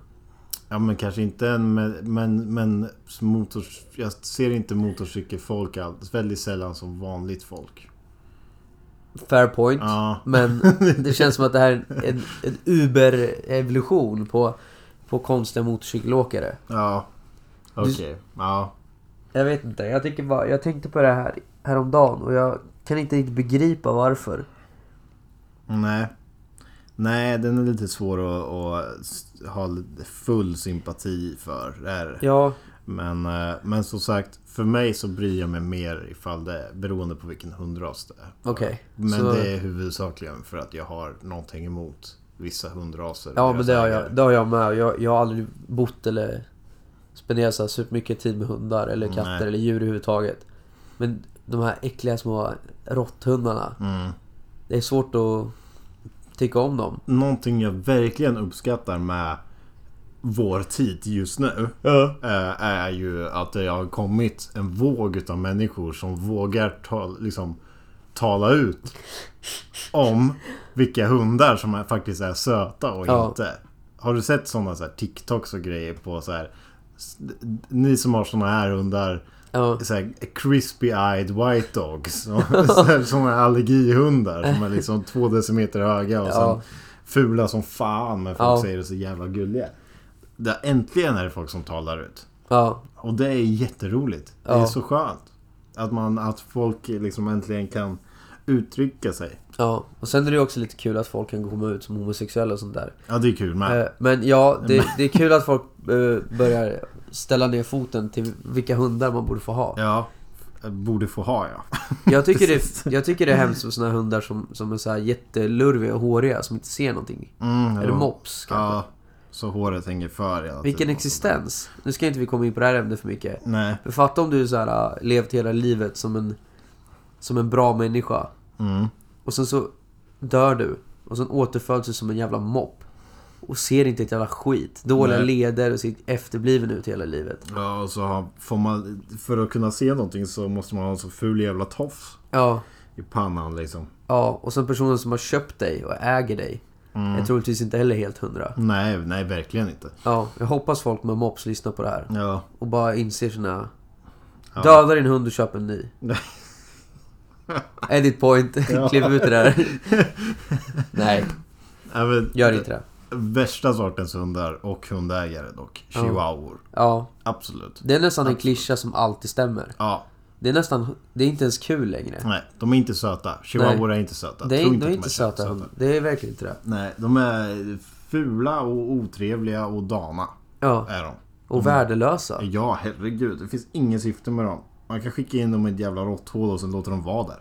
Ja men kanske inte en men, men, men motor, jag ser inte motorcykelfolk alls. Väldigt sällan som vanligt folk. Fair point. Ja. *laughs* Men det känns som att det här är en, en uber-evolution på, på konstiga motorcykelåkare. Ja. Okej. Ja. Jag vet inte, jag, tycker bara, jag tänkte på det här häromdagen och jag kan inte riktigt begripa varför. Nej. Nej, den är lite svår att, att s- ha lite full sympati för. Det är. det. Ja, Men, eh, men som sagt, för mig så bryr jag mig mer ifall det beroende på vilken hundras det är. okej. Men Så- det är huvudsakligen för att jag har någonting emot vissa hundraser. Ja deras men det har ägare. jag, det har jag med. Jag, jag har aldrig bott eller spenderat så här supermycket tid med hundar eller katter Nej. eller djur överhuvudtaget. Men de här äckliga små råtthundarna. Mm. Det är svårt att tycka om dem. Någonting jag verkligen uppskattar med vår tid just nu eh, är ju att det har kommit en våg utav människor som vågar ta, liksom, tala ut om vilka hundar som är, faktiskt är söta och Ja. inte. Har du sett sådana så här, TikToks och grejer på så här s- ni som har såna här hundar, Ja. så här, crispy-eyed white dogs. *laughs* Och så här, som är allergihundar som är liksom två decimeter höga och Ja. sen fula som fan men folk Ja. säger det så jävla gulliga. Det, äntligen är det folk som talar ut. ja. Och det är jätteroligt. Det är Ja. så skönt. Att, man, att folk liksom äntligen kan uttrycka sig. Ja. Och sen är det ju också lite kul att folk kan komma ut som homosexuella och sånt där. Ja, det är kul med. Eh, Men ja, det, det är kul att folk eh, börjar ställa ner foten till vilka hundar man borde få ha. Ja. Borde få ha ja. Jag tycker, det, jag tycker det är hemskt med såna här hundar som, som är så här jättelurviga och håriga som inte ser någonting. Mm, Eller mops kanske. Ja. Så håret hänger för hela alltså? Vilken tiden. existens! Nu ska inte vi komma in på det här ämnet för mycket. Nej. Men fatta om du så här, äh, levt hela livet som en, som en bra människa. Mm. Och sen så dör du. Och sen återföds du som en jävla mopp. Och ser inte ett jävla skit. Dåliga Nej. leder och ser efterbliven ut hela livet. Ja, och så har- får man... För att kunna se någonting så måste man ha en så ful jävla tofs Ja. i pannan liksom. Ja, och sen personen som har köpt dig och äger dig. Mm. Är troligtvis inte heller helt hundra. Nej, nej verkligen inte. Ja, jag hoppas folk med mops lyssnar på det här. Ja. *laughs* Och bara inser sina... Döda din hund och köp en ny. Edit *laughs* point, klipp ut det där. Nej, Ja, men- gör inte det. Värsta sortens hundar och hundägare dock. Chihuahuor. Ja, Absolut. det är nästan en klyscha som alltid stämmer. Ja. Det är nästan... Det är inte ens kul längre. Nej, de är inte söta. Chihuahuor är Mm. inte söta. Det är, Tro de är att inte känt söta hundar. Det är verkligen inte det. Nej, de är fula och otrevliga och dana. Ja, Är de. och värdelösa. Ja, herregud. Det finns inget syfte med dem. Man kan skicka in dem i ett jävla råtthål och sen låter dem vara där.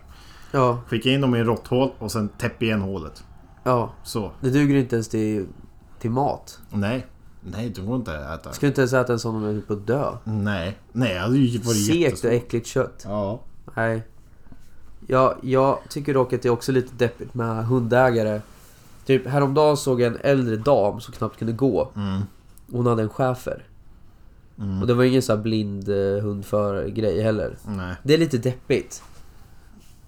Ja, Skicka in dem i ett råtthål och sen täpp igen hålet. ja. Så. Det duger inte ens till, till mat. Nej. Nej, de går inte att äta. Skulle inte ens äta en sån om jag höll på att dö. Nej. Nej, alltså, det hade ju varit Segt och jättesvårt. äckligt kött. Ja. Nej. Ja, jag tycker dock att det är också lite deppigt med hundägare. Typ häromdagen såg jag en äldre dam som knappt kunde gå. Mm, Hon hade en schäfer. Och det var ingen så här blind eh, hundförare-grej heller. Nej. Det är lite deppigt.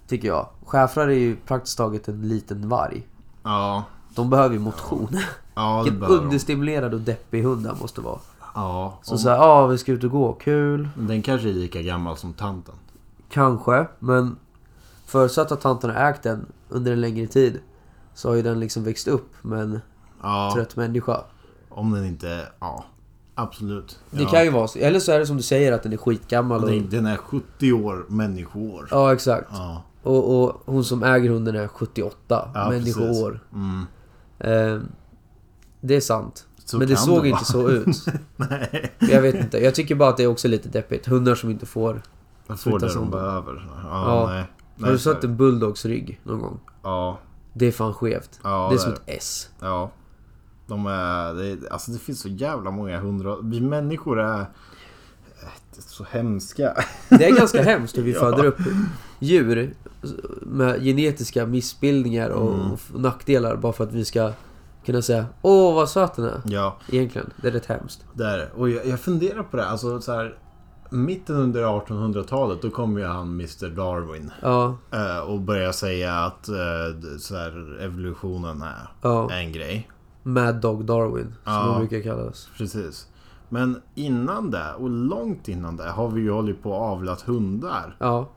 Tycker jag. Schäfrar är ju praktiskt taget en liten varg. Ja. De behöver ju motion. Ja, det Vilken behöver de. understimulerad och deppig hund han måste vara. Ja, Så om- såhär, ja ah, vi ska ut och gå, kul. Den kanske är lika gammal som tanten. Kanske, men förutsatt att tanten har ägt den under en längre tid så har ju den liksom växt upp med en Ja, trött människa. om den inte... Ja, absolut. Det ja. kan ju vara så. Eller så är det som du säger att den är skitgammal. Och... Den- Den är 70 år, människoår. Ja, exakt. Ja. Och, och hon som äger hunden är 78 Ja, människoår. Mm. Eh, det är sant. Så men det kan såg det inte så ut. *laughs* Nej. Jag vet inte. Jag tycker bara att det är också lite deppigt. Hundar som inte får... Jag får det som- de behöver. Ja, Ja. nej. nej. har du så- sett en bulldogs rygg någon gång? Ja. Det är fan skevt. ja det är som det- ett S. Ja. De är, det, är- alltså det finns så jävla många hundra... Vi människor är eh, så hemska. *laughs* Det är ganska hemskt hur vi Ja. föder upp djur med genetiska missbildningar och, Mm. och f- nackdelar bara för att vi ska kunna säga Åh vad söt den är. Ja, Egentligen, det är rätt hemskt. det är det. Och jag, jag funderar på det. här, Alltså så här, mitten under 1800-talet då kom ju han Mr Darwin. Ja, eh, Och började säga att eh, d- så här, evolutionen är ja. är en grej. Mad Dog Darwin, som Ja. de brukar kallas. Precis. Men innan det och långt innan det har vi ju hållit på och avlat hundar Ja,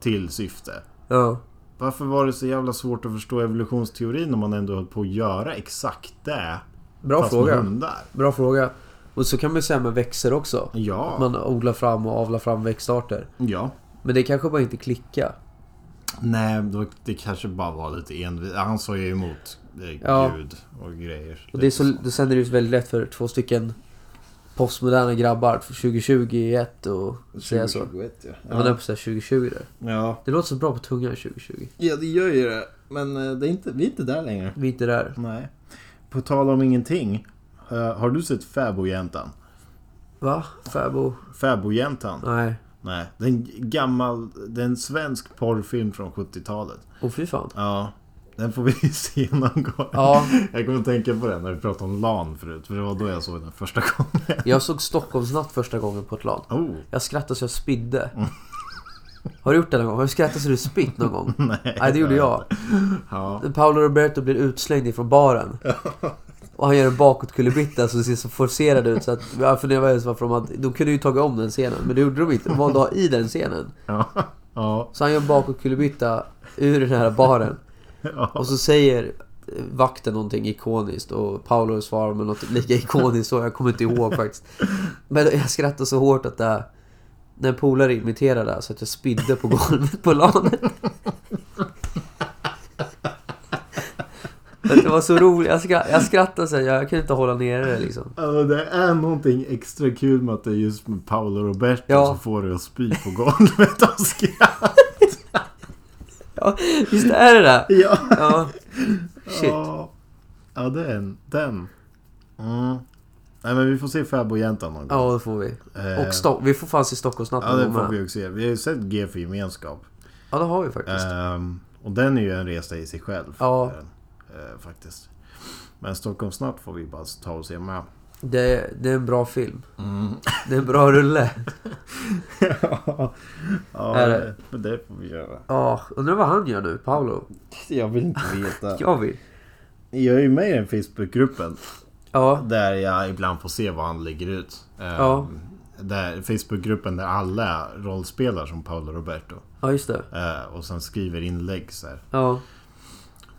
till syfte. ja. Varför var det så jävla svårt att förstå evolutionsteorin när man ändå höll på att göra exakt det? Bra fast fråga. med hundar? Bra fråga. Och så kan man ju säga med växter också. Ja, Att man odlar fram och avlar fram växtarter. ja. Men det kanske bara inte klickar. Nej, det, var, det kanske bara var lite envis. Han sa ju emot eh, Ja. Gud och grejer. Och det är så, det sen är det ju väldigt lätt för två stycken postmoderna grabbar, för 2021 och säga så. 2021, ja. Jag var nära på att säga 2020 där. Ja. Det låter så bra på tungan 2020. ja, det gör ju det. Men eh, det är inte, vi är inte där längre. Vi är inte där. Nej. På tal om ingenting. eh, Har du sett Fäbodjäntan? Va? Fäbo? Fäbodjäntan? Nej. Nej. Det är en gammal... Det är en svensk porrfilm från 70-talet. Åh fy fan. Ja. Den får vi *laughs* se någon gång. Ja, Jag kommer att tänka på den när vi pratade om LAN förut. För det var då jag såg den första gången. jag såg Stockholmsnatt första gången på ett LAN. Oh. Jag skrattade så jag spydde. Har du gjort det någon gång? Har du skrattat så du spytt någon gång? Nej. *laughs* Nej, det gjorde jag. Ja. Paolo Roberto blir utslängd ifrån *laughs* baren. Och han gör en bakåtkullerbytta så det ser så forcerad ut. Så att jag funderar ens varför de hade... De kunde ju tagit om den scenen, men det gjorde de inte. De valde att ha i den scenen. Ja. Ja. Så han gör en bakåtkullerbytta ur den här baren. ja. Och så säger eh, vakten någonting ikoniskt och Paolo svarar med något *laughs* lika ikoniskt så jag kommer inte ihåg faktiskt. Men jag skrattar så hårt att det här, när en polare imiterar det här, så att jag spydde på golvet på lanet. Men Det var så roligt, jag, skra- jag skrattade så här, jag kunde inte hålla nere det liksom. Alltså, det är någonting extra kul med att det är just med Paolo Roberto Ja. som får dig att spy på golvet av skratt. Ja, visst är det där? Ja. Ja. Shit. Ja, ja den. den. Mm. Nej men vi får se Fäbodjäntan någon gång. Ja, det får vi. Eh, Och Stock- vi får fan se Ja Stockholmsnatten det någon får gång vi med. ju se. Vi har ju sett G för gemenskap. Ja, det har vi faktiskt. Ehm, och den är ju en resa i sig själv. Ja. är den. Eh, faktiskt. Men Stockholmsnatt får vi bara ta och se med. Det, det är en bra film. Det är en bra rulle. *laughs* ja, Är det? det? Men det får vi göra. Ja, undrar vad han gör nu, Paolo? *laughs* Jag vill inte veta. Jag vill. Jag är ju med i den Facebookgruppen. Ja, Där jag ibland får se vad han lägger ut. Ehm, Ja. Där Facebookgruppen där alla rollspelar som Paolo Roberto. ja just det. Eh, och sen skriver inlägg så här. Ja,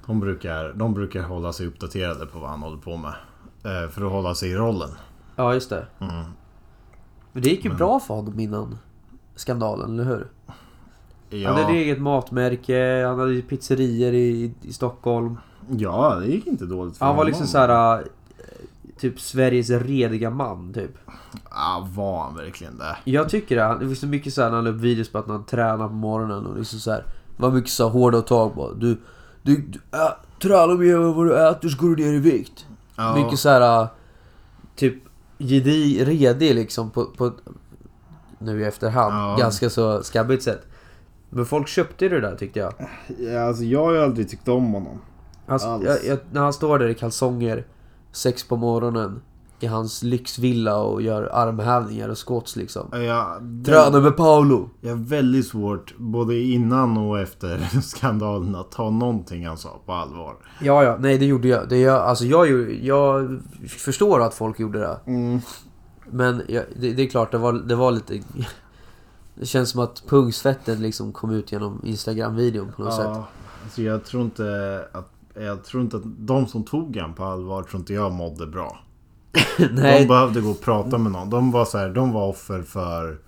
De brukar, de brukar hålla sig uppdaterade på vad han håller på med. Eh, för att hålla sig i rollen. ja just det. Men det gick ju bra för honom innan skandalen, eller hur? Han hade Ja, eget matmärke, han hade pizzerier i, i Stockholm. ja, det gick inte dåligt för Han var honom. liksom så här. äh, Typ Sveriges rediga man, typ. Ja, var han verkligen det? Jag tycker det. Han- Det var så mycket så här när han la upp videos på att han tränar på morgonen och liksom så här. Det var mycket så här hårda tag bara. Du, du, du äh, tränar mer än vad du äter så går du ner i vikt. Ja. Mycket så här äh, typ gedi, redig liksom på, på ett- nu i efterhand Ja. ganska så skabbigt sätt. Men folk köpte det där tyckte jag. Alltså, Ja, alltså, jag har ju aldrig tyckt om honom. Han, Alls. jag, jag när han står där i kalsonger sex på morgonen i hans lyxvilla och gör armhävningar och squats liksom. Jag, väl, Träna med Paolo! jag har väldigt svårt, både innan och efter *laughs* skandalen, att ta någonting han sa på allvar. Ja, ja. Nej, det gjorde jag. Det jag alltså jag, gjorde- jag förstår att folk gjorde det. Mm. Men jag, det, det är klart, det var, det var lite... *laughs* Det känns som att pungsvetten liksom kom ut genom Instagram-videon på något sätt. Ja, alltså jag tror inte att... Jag tror inte att de som tog han på allvar tror inte jag mådde bra. De *laughs* Nej, behövde gå och prata med någon. De var, så här, de var offer för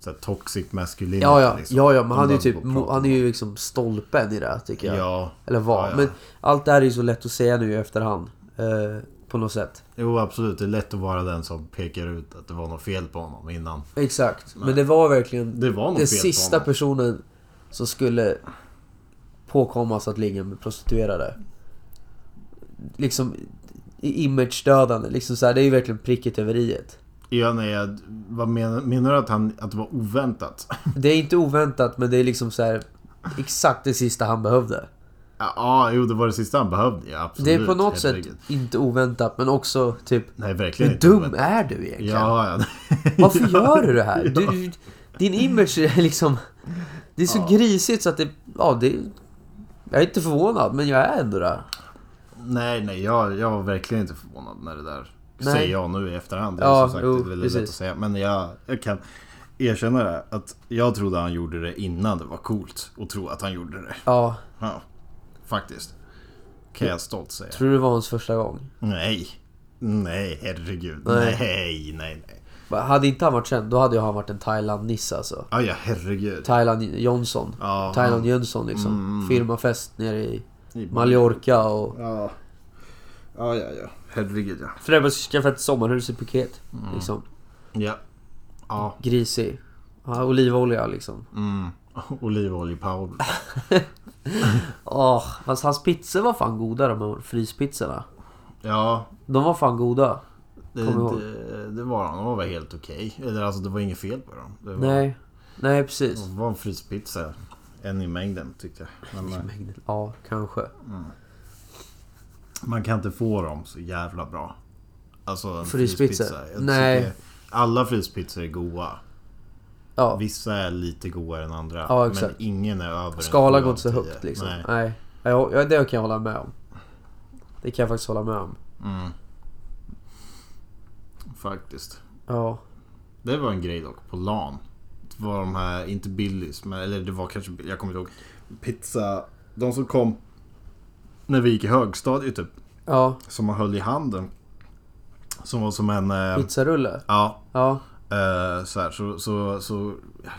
så här, toxic masculinity. ja, ja. liksom. ja, ja men De han är ju behövde typ, gå och prata han är ju liksom stolpen i det här, tycker jag. med- Ja. Eller var. Ja, ja. Men allt det här är ju så lätt att säga nu i efterhand. Eh, på något sätt. Jo, absolut. Det är lätt att vara den som pekar ut att det var något fel på honom innan. Exakt. Men det var verkligen Det var något den fel sista på honom. personen som skulle påkommas att ligga med prostituerade. Liksom i- image-dödande. Liksom så här, det är ju verkligen pricket över iet. Ja, nej, jag, vad menar, menar du att, han, att det var oväntat? Det är inte oväntat men det är liksom så här exakt det sista han behövde. Ja, ja, jo, det var det sista han behövde. Ja, absolut. Det är på något sätt Herregud. inte oväntat men också typ Nej, verkligen hur inte dum oväntat. är du egentligen? Ja, *laughs* ja. Varför gör du det här? Du, du, din image är liksom... Det är så grisigt så att det... Ja, det... Jag är inte förvånad, men jag är ändå det. Nej, nej, jag, jag var verkligen inte förvånad när det där Nej. säger jag nu i efterhand. Det är Ja, som sagt jo, det är väldigt lätt precis. att säga. Men jag, jag kan erkänna det. Att jag trodde han gjorde det innan det var coolt att tro att han gjorde det. Ja, Ja, faktiskt. Kan jag stolt säga. tror du det var hans första gång? Nej. Nej, herregud. Nej. Nej, nej, nej. Va, Hade inte han varit känd, då hade ju han varit en Thailand-nisse alltså. Ja, ja, herregud. Thailand Johnson. Ja, Mm, Thailand han- Jönsson liksom. Firmafest nere i I- Mallorca och... Ja. Ja, ja, ja. Herregud, ja. Fredde skaffade ett sommarhus i Phuket. Liksom. Ja. Ja. Grisig. Ja, olivolja liksom. Mm. Olivoljepaul. Åh, fast hans pizzor var fan goda de här fryspizzorna. Ja, De var fan goda. det, Kom ihåg. det, det var han. De var helt okej. Eller alltså, det var inget fel på dem. Det var, Nej, nej precis. Det var en fryspizza. En i mängden, tyckte jag. Men eh, Mängden. Ja, kanske. man kan inte få dem så jävla bra. Alltså, en Fryspizzor? fryspizza. Jag Nej. tycker- Alla fryspizzor är goa. Ja, Vissa är lite godare än andra. Ja, men exakt. ingen är över en skala sju går av inte så tio. högt liksom. Nej. Nej. Ja, ja, det kan jag hålla med om. Det kan jag faktiskt hålla med om. Faktiskt. Ja, Det var en grej dock på LAN. Det var de här, inte Billys, men eller det var kanske, jag kommer inte ihåg. Pizza, de som kom när vi gick i högstadiet typ. ja Som man höll i handen. Som var som en... Eh, pizzarulle. ja, Ja, eh, så, här, så, så, så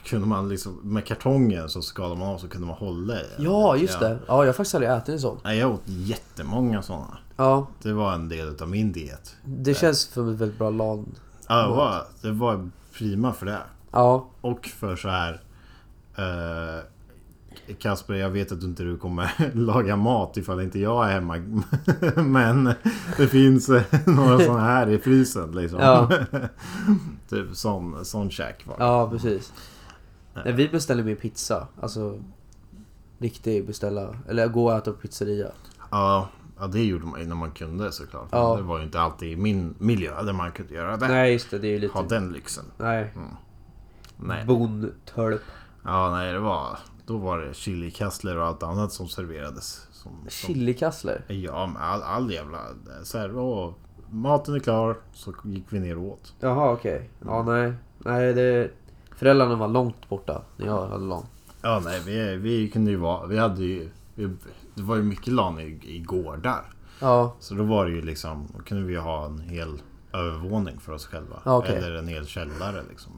kunde man liksom, med kartongen så skalade man av så kunde man hålla i. den. ja just det. Ja, jag har faktiskt aldrig ätit en sån. Nej, jag åt jättemånga sådana. Ja, Det var en del av min diet. det känns som ett väldigt bra LAN. Ja, det var, det var prima för det. Ja, Och för så här... Eh, Kasper, jag vet att du inte du kommer *laughs* laga mat ifall inte jag är hemma. *laughs* Men det finns eh, *laughs* några sådana här i frysen liksom. Ja. *laughs* typ sån, sån käk var det. ja precis. Nej, vi beställer mer pizza. Alltså, riktig beställa. Eller gå och äta på pizzeria. Ja. ja, det gjorde man ju när man kunde såklart. Men Ja. Det var ju inte alltid i min miljö där man kunde göra det. Nej, just det. Det är ju Ha lite... den lyxen. Nej. Nej. Bondtölp. Ja, nej, det var... Då var det chilikastler och allt annat som serverades. Som, som Chilikasslor. Ja, men all, all jävla... Så här, åh, maten är klar, så gick vi ner och åt. Jaha okej. Ja nej. Nej det... Föräldrarna var långt borta när jag hade lång. Ja, nej, vi, vi kunde ju vara... Vi hade ju... Vi, det var ju mycket LAN i, i gårdar. Ja. Så då var det ju liksom... Då kunde vi ju ha en hel övervåning för oss själva. Ja, okej. Eller en hel källare liksom.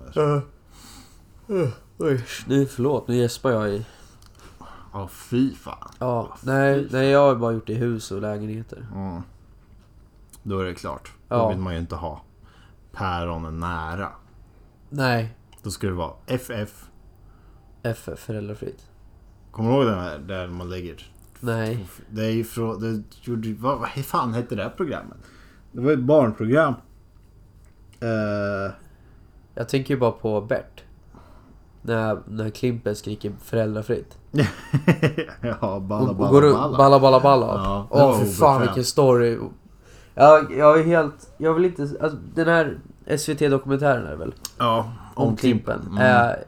Nu förlåt, nu gäspar jag i... Ja, fy fan. Ja. Nej, nej jag har bara gjort det i hus och lägenheter. Mm. Då är det klart. Då Ja. vill man ju inte ha päronen nära. Nej. Då ska det vara FF. F föräldrafritt. Kommer du ihåg den här där man lägger Nej. Det är ju från... Det gjorde, vad, vad fan hette det här programmet? Det var ju ett barnprogram. Eh, *laughs* Jag tänker ju bara på Bert. När, när Klimpen skriker föräldrafritt. ja, balla Och, balla och går runt balla. balla balla balla. Ja, oh, Ja, det var Åh för fan obekvämt. vilken story. Jag, jag är helt... Jag vill inte... Alltså, den här SVT-dokumentären är det väl? Ja, Om, Klimpen. Mm. Är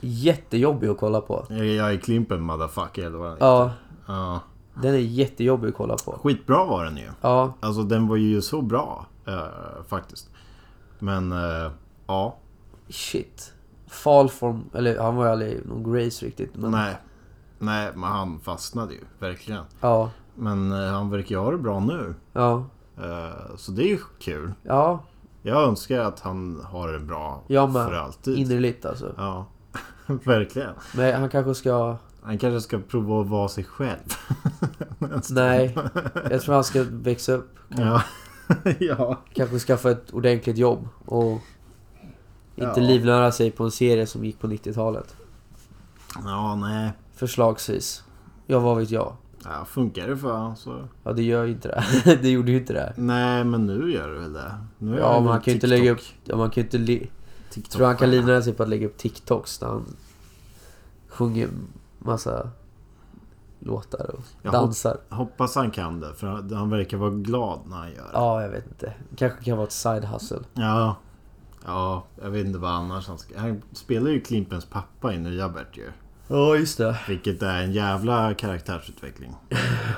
jättejobbig att kolla på. Jag- Jag är Klimpen motherfucker. Eller vad ja. Ja, ja. den är jättejobbig att kolla på. Skitbra var den ju. Ja, Alltså den var ju så bra. eh, faktiskt. Men eh, ja. shit. Fall from... Eller han var ju aldrig någon Grace riktigt. Men, Nej. Nej, men han fastnade ju. Verkligen. Ja, Men eh, han verkar ju ha det bra nu. ja, Eh, så det är ju kul. ja. Jag önskar att han har det bra Jag med. för alltid. Innerligt alltså. Ja, *laughs* verkligen. Men han kanske ska... Han kanske ska prova att vara sig själv. Nej. Jag tror han ska växa upp. Ja. ja. *laughs* Kanske skaffa ett ordentligt jobb. Och inte Ja. livnära sig på en serie som gick på 90-talet. Ja, nej. Förslagsvis. Ja, vad vet jag? Ja, funkar det för honom så... Ja, det gör ju inte *laughs* det. Det gjorde ju inte det. Nej, men nu gör det väl det. Nu är Ja, han man ju kan ju inte TikTok- lägga upp... Ja, man kan ju inte... Li- TikTok tror han kan livnära sig på att lägga upp TikToks när han sjunger massa låtar och Jag dansar. Hoppas han kan det, för han han verkar vara glad när han gör det. Ja, jag vet inte. Kanske kan vara ett side hustle. Ja. Ja, jag vet inte vad annars han ska... Han spelar ju Klimpens pappa i nya Bert ju. Ja, just det. Vilket är en jävla karaktärsutveckling.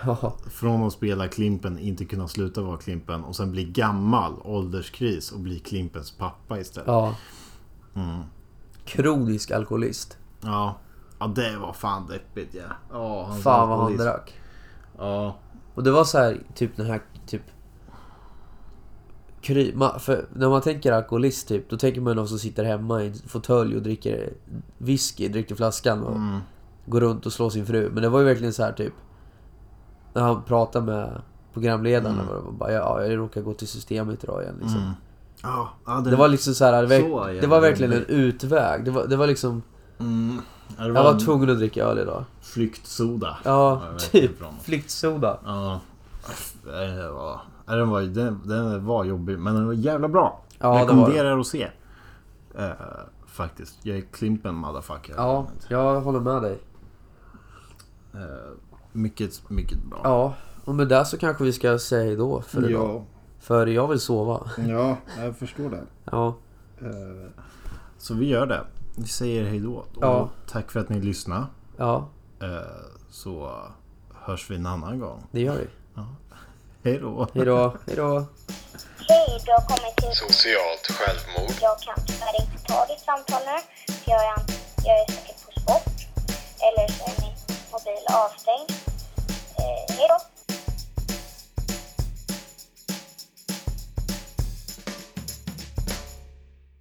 Ja, Från att spela Klimpen, inte kunna sluta vara Klimpen och sen bli gammal, ålderskris och bli Klimpens pappa istället. Ja. *laughs* ja. Mm. Kronisk alkoholist. Ja. ja, det var fan deppigt ja. ja han Fan vad han alkoholism. drack. Ja, Och det var så här, typ den här, typ... Kry, ma, för när man tänker alkoholist typ, då tänker man någon som sitter hemma i en fåtölj och dricker whisky direkt ur flaskan och Mm. går runt och slår sin fru. Men det var ju verkligen så här typ... När han pratade med programledarna var det bara ja, jag råkar gå till systemet idag igen liksom. Mm. ja, ja det, Det var liksom så här, det, Så var, jävla det var verkligen en utväg. Det var, det var liksom, Mm. Ja, det jag var en tvungen att dricka öl idag. Flyktsoda. Ja, jag vet typ. inte från. Flyktsoda. Ja. Det var- ja, Den var, den, den var jobbig, men den var jävla bra. Ja, det var Rekommenderar att se. Eh, faktiskt. Jag är Klimpen motherfucker. Ja, jag håller med dig. Eh, mycket, mycket bra. Ja, och med det så kanske vi ska säga hejdå för idag. För jag vill sova. ja, jag förstår det. Ja, Eh, Så vi gör det. Vi säger hej då. Och Ja. Tack för att ni lyssnade. ja, Eh, Så hörs vi en annan gång. det gör vi. Hej då. Hejdå, hejdå. Hej, du har kommit till... Socialt självmord. Jag kan tyvärr inte ta ditt samtal nu, för jag är, jag är säkert på sport. Eller så är min mobil avstängd. Eh,